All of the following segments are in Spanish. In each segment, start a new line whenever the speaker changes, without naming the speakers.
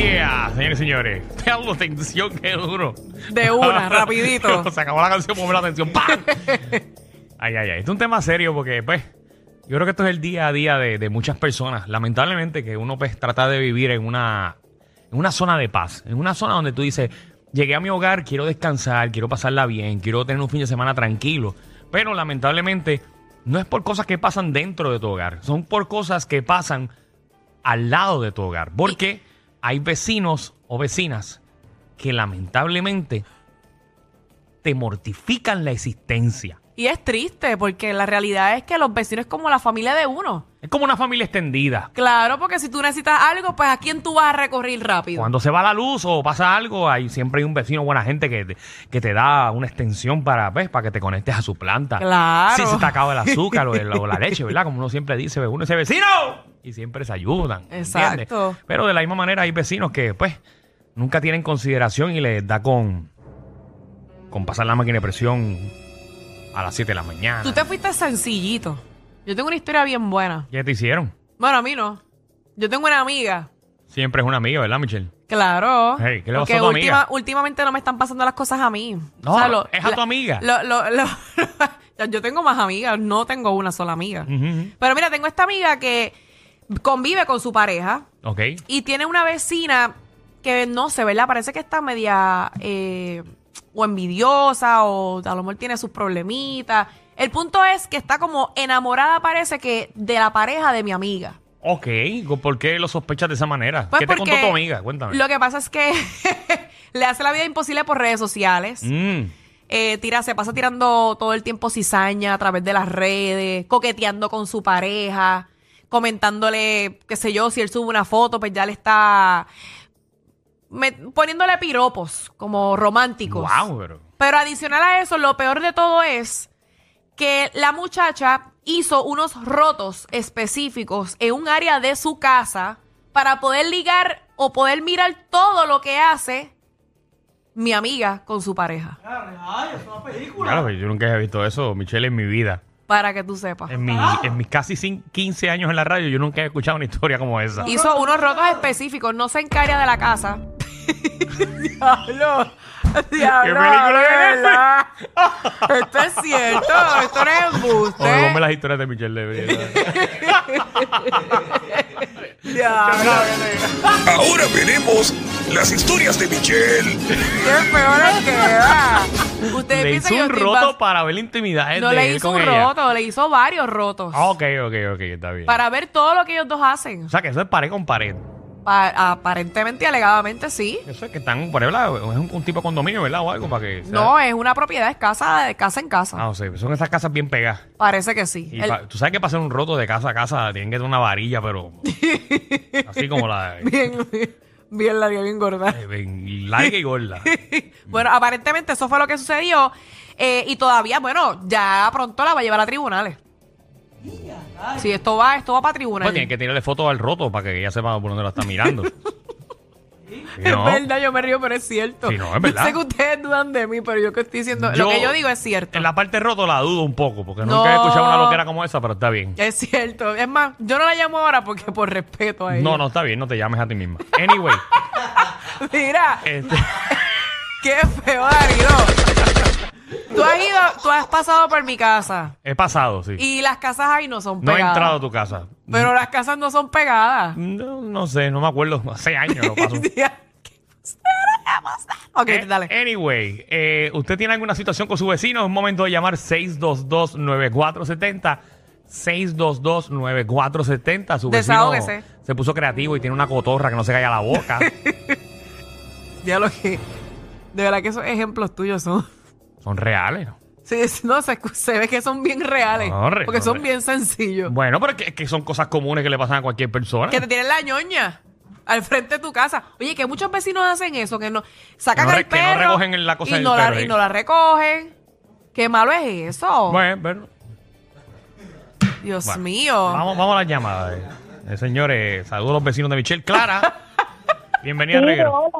señores y señores. Vean la tensión que duro.
De una, rapidito.
Se acabó la canción, ponme la atención. ¡Pam! Ay, ay, ay. Esto es un tema serio porque, pues, yo creo que esto es el día a día de, de muchas personas. Lamentablemente que uno, pues, trata de vivir en una, en una zona de paz. En una zona donde tú dices, llegué a mi hogar, quiero descansar, quiero pasarla bien, quiero tener un fin de semana tranquilo. Pero, lamentablemente, no es por cosas que pasan dentro de tu hogar. Son por cosas que pasan al lado de tu hogar. Porque hay vecinos o vecinas que, lamentablemente, te mortifican la existencia.
Y es triste porque la realidad es que los vecinos es como la familia de uno.
Es como una familia extendida.
Claro, porque si tú necesitas algo, pues a quién tú vas a recorrer rápido.
Cuando se va la luz o pasa algo, hay, siempre hay un vecino buena gente que te, que te da una extensión para, pues, para que te conectes a su planta.
Claro.
Si se te acaba el azúcar o, el- o la leche, ¿verdad? Como uno siempre dice, uno dice vecino. Y siempre se ayudan. ¿entiendes?
Exacto.
Pero de la misma manera hay vecinos que, pues, nunca tienen consideración y les da con, con pasar la máquina de presión a las 7 de la mañana.
Tú te fuiste sencillito. Yo tengo una historia bien buena.
¿Qué te hicieron?
Bueno, a mí no. Yo tengo una amiga.
Siempre es una amiga, ¿verdad, Michelle?
Claro.
Hey, ¿qué le pasó
porque
a tu amiga?
última- últimamente no me están pasando las cosas a mí.
No,
lo-
es a tu amiga.
lo- lo- lo- yo tengo más amigas, no tengo una sola amiga.
Ujú.
Pero mira, tengo esta amiga que convive con su pareja.
Ok.
Y tiene una vecina que no sé, ¿verdad? Parece que está media eh, o envidiosa o a lo mejor tiene sus problemitas. El punto es que está como enamorada, parece que, de la pareja de mi amiga.
Ok, ¿por qué lo sospechas de esa manera?
Pues
¿Qué te
porque
contó tu amiga? Cuéntame.
Lo que pasa es que le hace la vida imposible por redes sociales.
Mm,
Eh, tira, se pasa tirando todo el tiempo cizaña a través de las redes, coqueteando con su pareja, comentándole, qué sé yo, si él sube una foto, pues ya le está me- poniéndole piropos como románticos.
wow, pero.
Pero adicional a eso, lo peor de todo es que la muchacha hizo unos rotos específicos en un área de su casa para poder ligar o poder mirar todo lo que hace mi amiga con su pareja.
Claro, pero yo nunca he visto eso, Michelle, en mi vida.
Para que tú sepas.
En, mi- en mis casi cin- 15 años en la radio, yo nunca he escuchado una historia como esa.
Hizo unos rotos específicos, no se encaria de la casa. diablo. Diablo.
película de
¿verdad? Esto es cierto, esto no es embuste.
Oye, ponme las historias de Michelle de verdad.
Diablo,
Ahora veremos las historias de Michelle.
qué peor es que va. Ustedes
Le
piensan
hizo
que yo
un
estoy
roto
bas-
para ver la intimidad
No
de
le
él
hizo
con
un
ella.
roto, le hizo varios rotos.
Ah, Ok, ok, ok, está bien.
Para ver todo lo que ellos dos hacen.
O sea, que eso es pared con pared.
Pa- aparentemente y alegadamente sí.
Eso es que están, por ejemplo, es un, un tipo de condominio, ¿verdad? O algo para que. sea-
No, es una propiedad escasa de casa en casa.
Ah, o sea, son esas casas bien pegadas.
Parece que sí.
Y
El-
pa- tú sabes que para hacer un roto de casa a casa tienen que tener una varilla, pero. así como la.
Bien, bien larga, bien gorda.
Eh, bien larga y gorda.
Bueno, aparentemente eso fue lo que sucedió. eh, y todavía, bueno, ya pronto la va a llevar a tribunales. Si esto va, esto va para
Pues
tribunales.
tiene que tirarle fotos al roto para que ella sepa por dónde la está mirando. Si
Es
no,
verdad, yo me río, pero es cierto.
Sí, no, es verdad.
Yo sé que ustedes dudan de mí, pero yo que estoy diciendo,
yo-
lo que yo digo es cierto.
En la parte roto la dudo un poco, porque
No.
nunca he escuchado una loquera como esa, pero está bien.
Es cierto. Es más, yo no la llamo ahora porque por respeto a ella.
No, no, está bien, no te llames a ti misma. Anyway,
Mira,
este,
qué feo, Darío. Tú has ido, tú has pasado por mi casa
he pasado, sí.
y las casas ahí no son
no he
pegadas.
entrado a tu casa.
Pero las casas no son pegadas.
Mm. No, no sé, no me acuerdo. Hace años lo pasó.
ok,
Eh,
dale.
Anyway, eh, ¿usted tiene alguna situación con su vecino? Es momento de llamar 622-9470. 622-9470. Su vecino
Desahógese.
se puso creativo y tiene una cotorra que no se calla la boca.
Ya lo que. De verdad que esos ejemplos tuyos son.
Son reales.
Sí, es- no, se, escu- se ve que son bien reales.
No, re-
porque
no,
son
re-
bien sencillos.
Bueno, pero es que, es que son cosas comunes que le pasan a cualquier persona.
Que te tienen la ñoña al frente de tu casa. Oye, que muchos vecinos hacen eso, que no sacan
Que no
el
re- que no
perro.
recogen la cosa
y
del
no la,
perro,
Y
¿eh?
no la recogen. Qué malo es eso.
Bueno, pero-
Dios
bueno.
mío.
Vamos, vamos a las llamadas. eh. Eh, señores, saludos a los vecinos de Michelle. Clara, bienvenida, Reguero.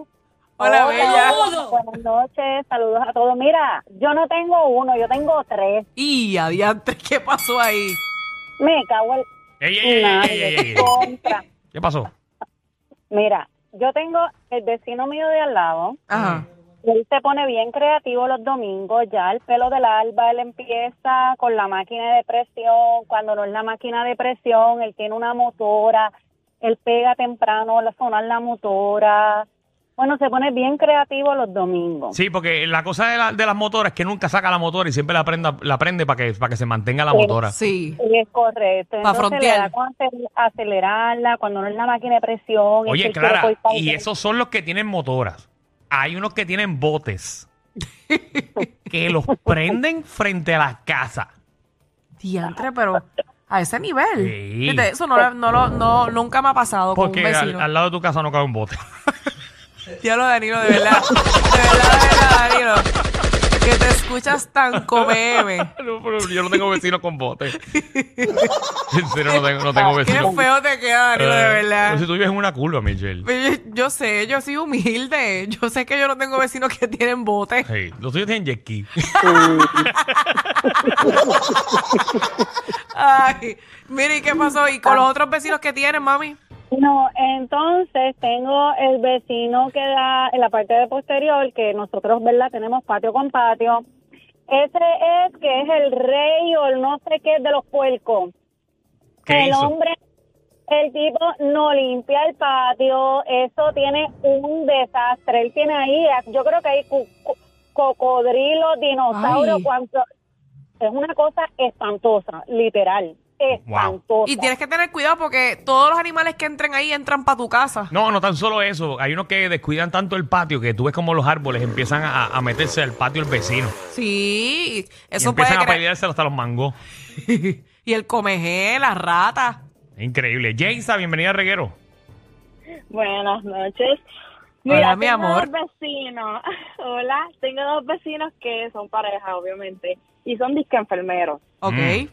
Hola, bella.
Buenas noches, saludos a todos. Mira, yo no tengo uno, yo tengo tres.
Y adiante, ¿qué pasó ahí?
Me cago en
Ey, ey, ey, ey,
Madre,
ey, ey, ey.
contra.
¿Qué pasó?
Mira, yo tengo el vecino mío de al lado.
Ajá.
Él se pone bien creativo los domingos, ya el pelo del alba, él empieza con la máquina de presión, cuando no es la máquina de presión, él tiene una motora, él pega temprano la sonar la motora. Bueno, se pone bien creativo los domingos.
Sí, porque la cosa de, la- de las motoras es que nunca saca la motora y siempre la, prenda, la prende para que, para que se mantenga la motora.
Sí.
Es correcto.
Pa'
Entonces le
frontear.
da con acel- acelerarla, cuando no es la máquina de presión.
Oye,
es que él quiere
Clara,
cortar
y
bien.
esos son los que tienen motoras. Hay unos que tienen botes que los prenden frente a las casas.
Diantre, pero a ese nivel.
Sí.
Fíjate, eso no, lo- no, lo- no, nunca me ha pasado con un
Porque
vecino.
al, al lado de tu casa no cabe un bote.
Diablo, Danilo, de verdad. De verdad, de verdad, Danilo. Que te escuchas tan comeme.
No, pero yo no tengo vecinos con botes. en serio, no tengo, no tengo
Qué
vecinos.
feo te queda, Danilo, de
Pues Eh,
verdad.
pero si tú vives en una curva, Michelle.
Yo, yo sé, yo soy humilde. Yo sé que yo no tengo vecinos que tienen botes.
Hey, los tuyos tienen jet ski.
Ay, mire, ¿y qué pasó? ¿Y con los otros vecinos que tienen, mami?
No, entonces tengo el vecino que da en la parte de posterior, que nosotros, ¿verdad? Tenemos patio con patio. Ese es que es el rey o el no sé qué de los puercos.
¿Qué
el
hizo?
hombre, el tipo no limpia el patio, eso tiene un desastre. Él tiene ahí, yo creo que hay cu- cu- cocodrilos, dinosaurios,
Ay.
cuanto. Es una cosa espantosa, literal, espantosa.
Y tienes que tener cuidado porque todos los animales que entren ahí entran para tu casa.
No, no tan solo eso. Hay unos que descuidan tanto el patio que tú ves como los árboles empiezan a, a meterse al patio del vecino.
Sí,
y
eso puede
empiezan a
creer.
pelearse hasta los mangos.
y el comejé, las ratas.
Increíble. Jaisa, bienvenida a Reguero.
Buenas noches.
Hola, mi
tengo
amor.
Dos vecinos. Hola, tengo dos vecinos que son pareja, obviamente, y son disque enfermeros.
Ok.
Mm.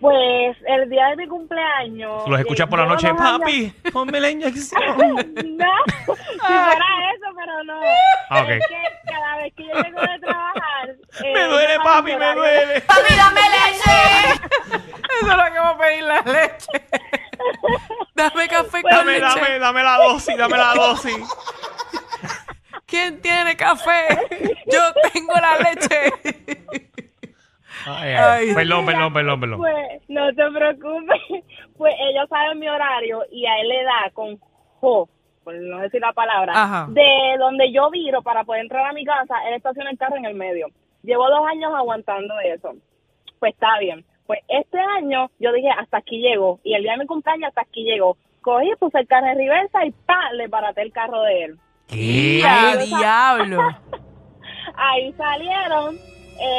Pues el día de mi cumpleaños.
Los escuchas por la
eh,
noche.
llevo dos
Papi, ponme la inyección.
años- No, si fuera eso, pero no.
Ah, ok.
Es que cada vez que yo llego de trabajar. eh,
me duele,
yo
papi, me
llorar.
duele.
¡Papi, dame leche! Eso es lo que vamos a pedir, la leche. Dame café con
Dame,
leche.
dame, dame la dosis, dame la dosis.
¿Quién tiene café? Yo tengo la leche.
Ay, ay.
Ay.
Perdón, perdón, perdón, perdón.
Pues no te preocupes. Pues ellos saben mi horario y a él le da con jo, por no decir la palabra,
Ajá.
de donde yo viro para poder entrar a mi casa, él estaciona el carro en el medio. Llevo dos años aguantando eso. Pues está bien. Pues este año yo dije hasta aquí llego y el día de mi cumpleaños hasta aquí llegó. Cogí, puse el carro en reversa y pa, le baraté el carro de él.
¿Qué?
¡Qué diablo!
Ahí salieron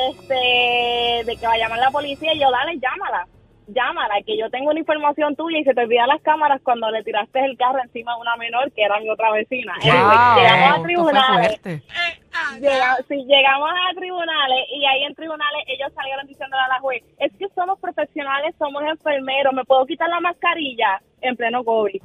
este de que va a llamar la policía y yo, dale, llámala, llámala, que yo tengo una información tuya y se te olvidan las cámaras cuando le tiraste el carro encima de una menor que era mi otra vecina.
¿Qué?
Anyway, llegamos a
¡Wow! Esto fue
tribunales,
fuerte.
llega- sí, llegamos a tribunales y ahí en tribunales ellos salieron diciéndole a la juez, es que somos profesionales, somos enfermeros, me puedo quitar la mascarilla en pleno COVID.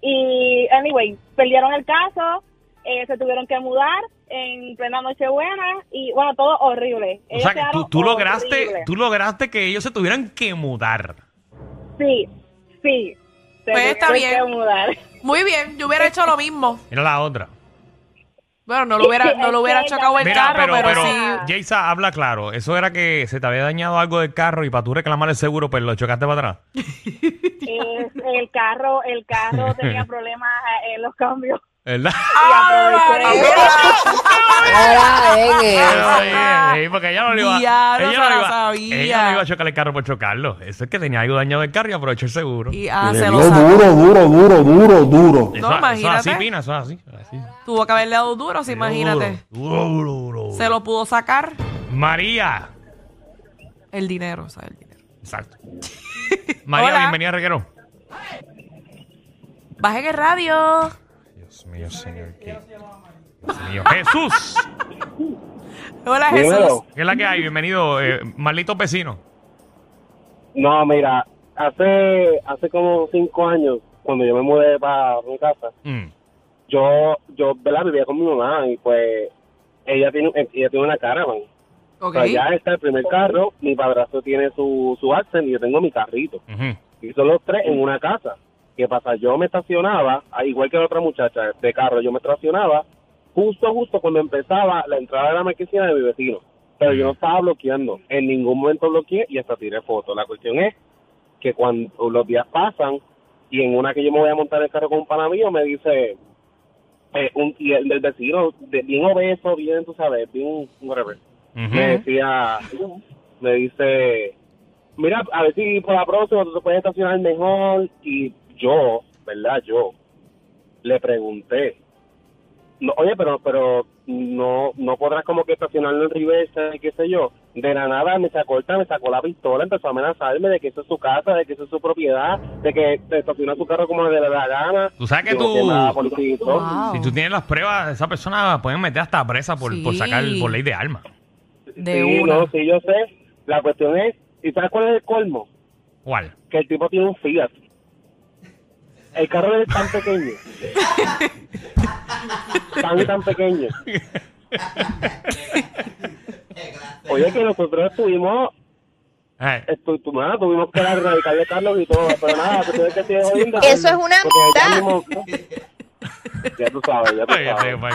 Y, anyway, perdieron el caso, eh, se tuvieron que mudar en plena Nochebuena y, bueno, todo horrible.
O sea, que
Ellos
tú,
quedaron
tú lograste,
horrible.
tú lograste que ellos se tuvieran que mudar.
Sí, sí. Se
Pues está
tuvieron que
bien.
mudar.
Muy bien, yo hubiera hecho lo mismo.
Era la otra.
Bueno, no lo hubiera, no lo hubiera chocado el
Mira,
carro, pero,
pero,
sí.
Jaisa, habla claro. Eso era que se te había dañado algo del carro y para tú reclamar el seguro, pero lo chocaste para atrás.
Es- el carro, el carro tenía problemas eh, en los cambios.
¿Verdad?
¡Ah,
aproveché.
María!
Pero, eh, oye, Eh, sí, porque ella no le iba,
Diablo,
ella no le
se la
iba-
sabía.
ella no iba a chocar el carro por chocarlo. Eso es que tenía algo dañado del carro y aprovechó el seguro.
Y ah,
Le
se
dio
lo sacó.
duro, duro, duro, duro, duro.
eso, eso es
No,
así,
imagínate.
Pina, eso es así. así.
Tuvo que haberle dado duro, sí, imagínate.
Duro, duro, duro, duro.
Se lo pudo sacar
María.
el dinero, o sea, el dinero.
Exacto. María,
Hola.
bienvenida a Reguero.
Bajen el radio.
Dios mío, señor. qué- Dios mío. Jesús.
Hola, Jesús.
Dímelo.
¿Qué es la que hay? Bienvenido, eh, Marlito Vecino.
No, mira, hace hace como cinco años, cuando yo me mudé para mi casa,
Mm.
yo yo ¿verdad? vivía con mi mamá y pues ella tiene ella tiene una caravan.
Ok.
O sea, ya está el primer carro, mi padrastro tiene su su Accent y yo tengo mi carrito.
Ujú.
Y son los tres en una casa. ¿Qué pasa? Yo me estacionaba, ah, igual que la otra muchacha de carro, yo me estacionaba justo, justo cuando empezaba la entrada de la marquesina de mi vecino. Pero yo no estaba bloqueando, en ningún momento bloqueé y hasta tiré fotos. La cuestión es que cuando los días pasan y en una que yo me voy a montar en el carro con un pana mío, me dice eh, un, y el del vecino, de- bien obeso, bien, tú sabes, bien, whatever me
Ujú.
decía, me dice, mira, a ver si por la próxima tú te puedes estacionar mejor. Y yo, ¿verdad? Yo le pregunté, no, oye, pero pero no no podrás como que estacionarlo en reversa y qué sé yo. De la nada me sacó, el- me sacó la pistola, empezó a amenazarme de que eso es su casa, de que eso es su propiedad, de que te estaciona su carro como le da la gana.
Tú sabes que
Yo,
tú-
nada, policito.
Wow.
Si tú tienes las pruebas, esa persona pueden meter hasta presa por, por
Sí.
sacar por ley de armas.
De
sí,
una.
no, sí, yo sé. La cuestión es, ¿y sabes cuál es el colmo?
¿Cuál?
que el tipo tiene un Fiat. El carro es tan pequeño. tan y tan pequeño. Oye, que nosotros estuvimos,
Eh,
estu tu- nada, tuvimos que la radical de Carlos y todo, pero nada, tú tienes que seguir oyendo.
Eso es una
porque ya,
amistad.
mismo- ya tú sabes, ya tú
ay, este,
sabes.
my God.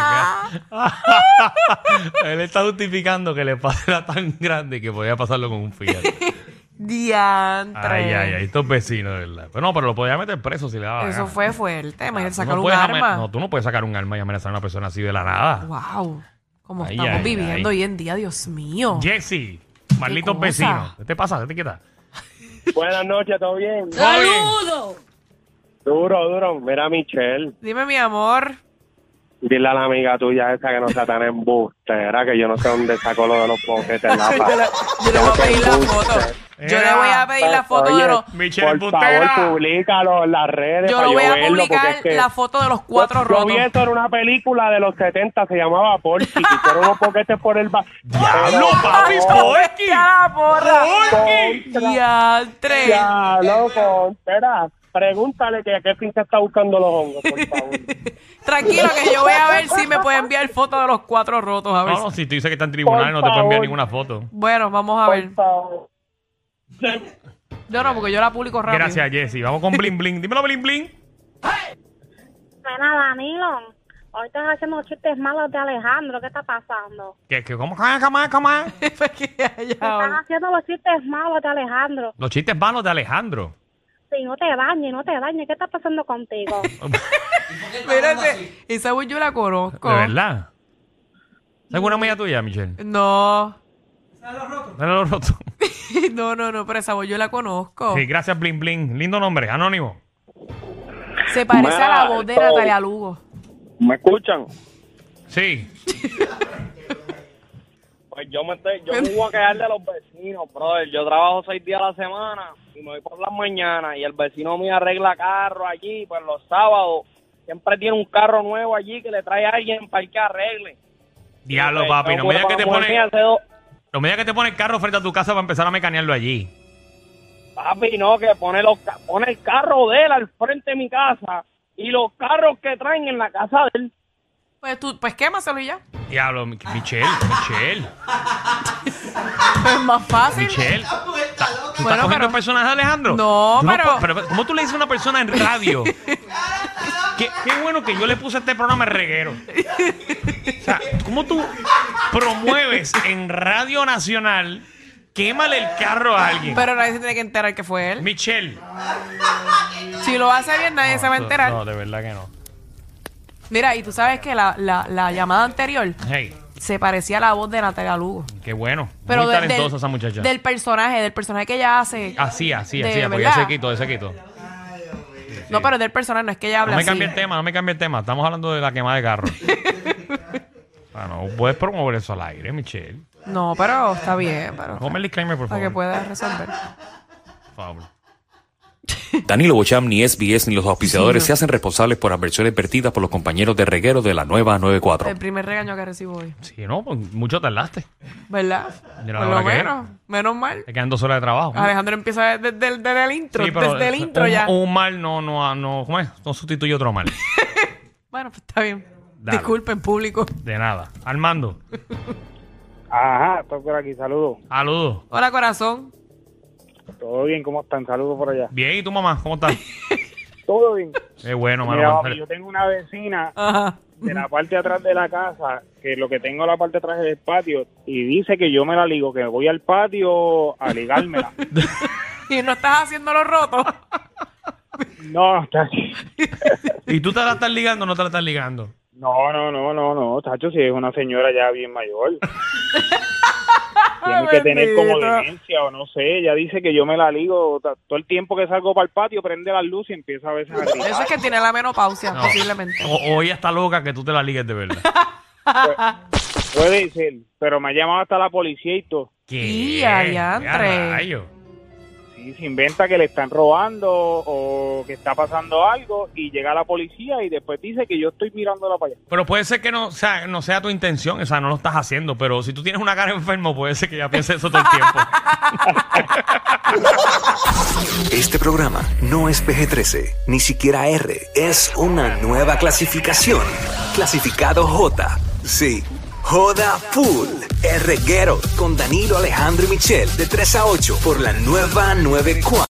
ah.
pues, Él está justificando que le pase era tan grande que podía pasarlo con un Fiat.
Diantre.
Ay, ay, ay, estos vecinos, de verdad. Pero no, pero lo podía meter preso si le daba. la
Eso
gana.
fue fuerte.
Ah, tú
Imagínate sacar
no
un
puedes ame-
arma.
No, tú no puedes sacar un arma y amenazar a una persona así de la nada.
Wow. Como
Ay,
estamos
ay,
viviendo
ay.
hoy en día, Dios mío.
Jesse, malditos
cosa.
vecinos. ¿Qué te pasa? ¿Qué te quieta?
Buenas noches, ¿todo bien? Duro, duro. Mira, Michelle,
Dime, mi amor.
dile a la amiga tuya esa que no sea tan embustera, que yo no sé dónde sacó lo de los boquetes en la
Yo le, yo le voy a pedir la foto. Yo le voy a pedir la foto de
Oye,
los.
Michelle
por
Butera.
favor, publícalo en las redes.
Yo
para
lo voy a
verlo,
publicar
porque es que
la foto de los cuatro
yo- Yo
rotos.
vi eso en una película de los 70, se llamaba Porky. que Hicieron unos poquetes por el... ba-
¡Diablo,
Pero,
papi! ¡Porky!
¡Ya la porra!
Contra.
¡Diantre!
¡Diablo, contra! Pregúntale que a qué fin se está buscando los hongos, por favor.
Tranquilo, que yo voy a ver si me puede enviar foto de los cuatro rotos. A ver.
No, no, si tú dices que está en tribunal, no te pueden enviar
favor.
ninguna foto.
Bueno, vamos a ver.
Por favor.
Yo no, porque yo la publico rápido.
Gracias, Jesse. Vamos con Bling Bling. Dímelo, Bling Bling.
Ana Danilo, ahorita nos hacemos chistes malos de Alejandro, ¿qué está pasando?
¿Qué, qué, cómo, cómo, cómo, cómo?
Porque ya-
Te están
ya-
haciendo los chistes malos de Alejandro.
Los chistes vanos de Alejandro.
Sí, no te bañes, no te bañes, ¿qué está pasando contigo?
Mírate, esa voz yo la conozco.
¿De verdad? ¿Es alguna amiga tuya, Michelle?
No,
Dale los rotos.
no, no, no, pero esa voz yo la conozco.
Sí, gracias, Bling Bling. Lindo nombre, anónimo.
Se parece a la
Mira,
voz de
esto-
Natalia Lugo.
¿Me escuchan?
Sí.
Pues yo me, estoy, yo me voy a quedar de los vecinos, brother. Yo trabajo seis días a la semana y me voy por las mañanas y el vecino mío arregla carro allí, pues los sábados siempre tiene un carro nuevo allí que le trae a alguien para que arregle.
Diablo,
Pues,
papi.
yo
No
puedo
me digas que te
para
pone,
mí hace dos-
no me digas que te pone el carro frente a tu casa para empezar a mecanearlo allí.
Papi, no, que pone, los, ca- pone el carro de él al frente de mi casa y los carros que traen en la casa de él.
Pues tú, pues quémaselo y ya.
Diablo, Mi- Michelle, Michelle,
Es más fácil.
Michelle. ¿Tú
pues, Bueno,
estás cogiendo
pero-
personas de Alejandro?
No,
Tú
pero-
pu- ¿Cómo tú le dices a una persona en radio? qué, qué bueno que yo le puse a este programa el reguero. O sea, ¿cómo tú promueves en Radio Nacional quémale el carro a alguien?
Pero nadie se tiene que enterar que fue él.
Michelle.
Si lo hace bien, nadie se va a enterar.
No, de verdad que no.
Mira, y tú sabes que la, la, la llamada anterior
Hey,
se parecía a la voz de Natalia Lugo.
qué bueno.
Pero
Muy
de-
talentosa
del,
esa muchacha.
del personaje, del personaje que ella hace.
Así, así,
De
así. Porque ya
verdad.
se quitó, ya se quitó.
No, pero del personaje, no es que ella habla
No me
así.
cambie el tema, no me cambie el tema. Estamos hablando de la quema de carro. Ah, no puedes promover eso al aire, Michelle.
No, pero está bien, pero
Ponme el disclaimer, por
para que
favor.
puedas resolver.
Por favor.
Danilo Bocham, ni SBS, ni los auspiciadores se hacen responsables por adversiones vertidas por los compañeros de reguero de la nueva 94.
El primer regaño que recibo hoy.
Sí, no, pues mucho tardaste.
¿Verdad?
Mira la
Por lo
hora que es.
menos. Menos mal.
Te quedan dos horas de trabajo.
Alejandro empieza desde, desde- desde el intro.
Sí, pero
desde el intro
un,
ya.
un mal no, no, no, ¿cómo es? No sustituye otro mal.
Bueno, pues está bien.
Dale.
Disculpen, público.
De nada. Armando,
Ajá, estoy por aquí, saludos.
saludos.
Hola, corazón.
Todo bien, ¿cómo están? Saludos por allá.
Bien, ¿y tu mamá? ¿Cómo estás?
todo bien.
Es bueno, mano.
Mira,
pero-
papi, yo tengo una vecina
Ajá.
de la parte de atrás de la casa, que lo que tengo la parte de atrás es el patio, y dice que yo me la ligo, que voy al patio a ligármela.
Y no estás haciéndolo roto.
No, chacho.
¿Y tú te la estás ligando o no te la estás ligando?
No, no, no, no, no, chacho, si es una señora ya bien mayor. Tiene que tener como
Bendito.
demencia o no sé, ella dice que yo me la ligo ta- todo el tiempo que salgo para el patio, prende la luz y empieza a veces a gritar.
Eso es que tiene la menopausia,
No.
posiblemente.
O, o ella está loca que tú te la ligues de verdad.
Puede ser, pero me ha llamado hasta la policía y todo.
¿Qué?
Y adiantre.
Ya, rayo.
Sí, se inventa que le están robando o que está pasando algo y llega la policía y después dice que yo estoy mirándola para allá.
Pero puede ser que no sea, no sea tu intención, o sea, no lo estás haciendo, pero si tú tienes una cara enfermo, puede ser que ya pienses eso todo el tiempo.
Este programa no es PG-13, ni siquiera R. Es una nueva clasificación. Clasificado J. Sí. Joda Full. R. Guerrero con Danilo Alejandro y Michel de 3 a 8 por la nueva 94.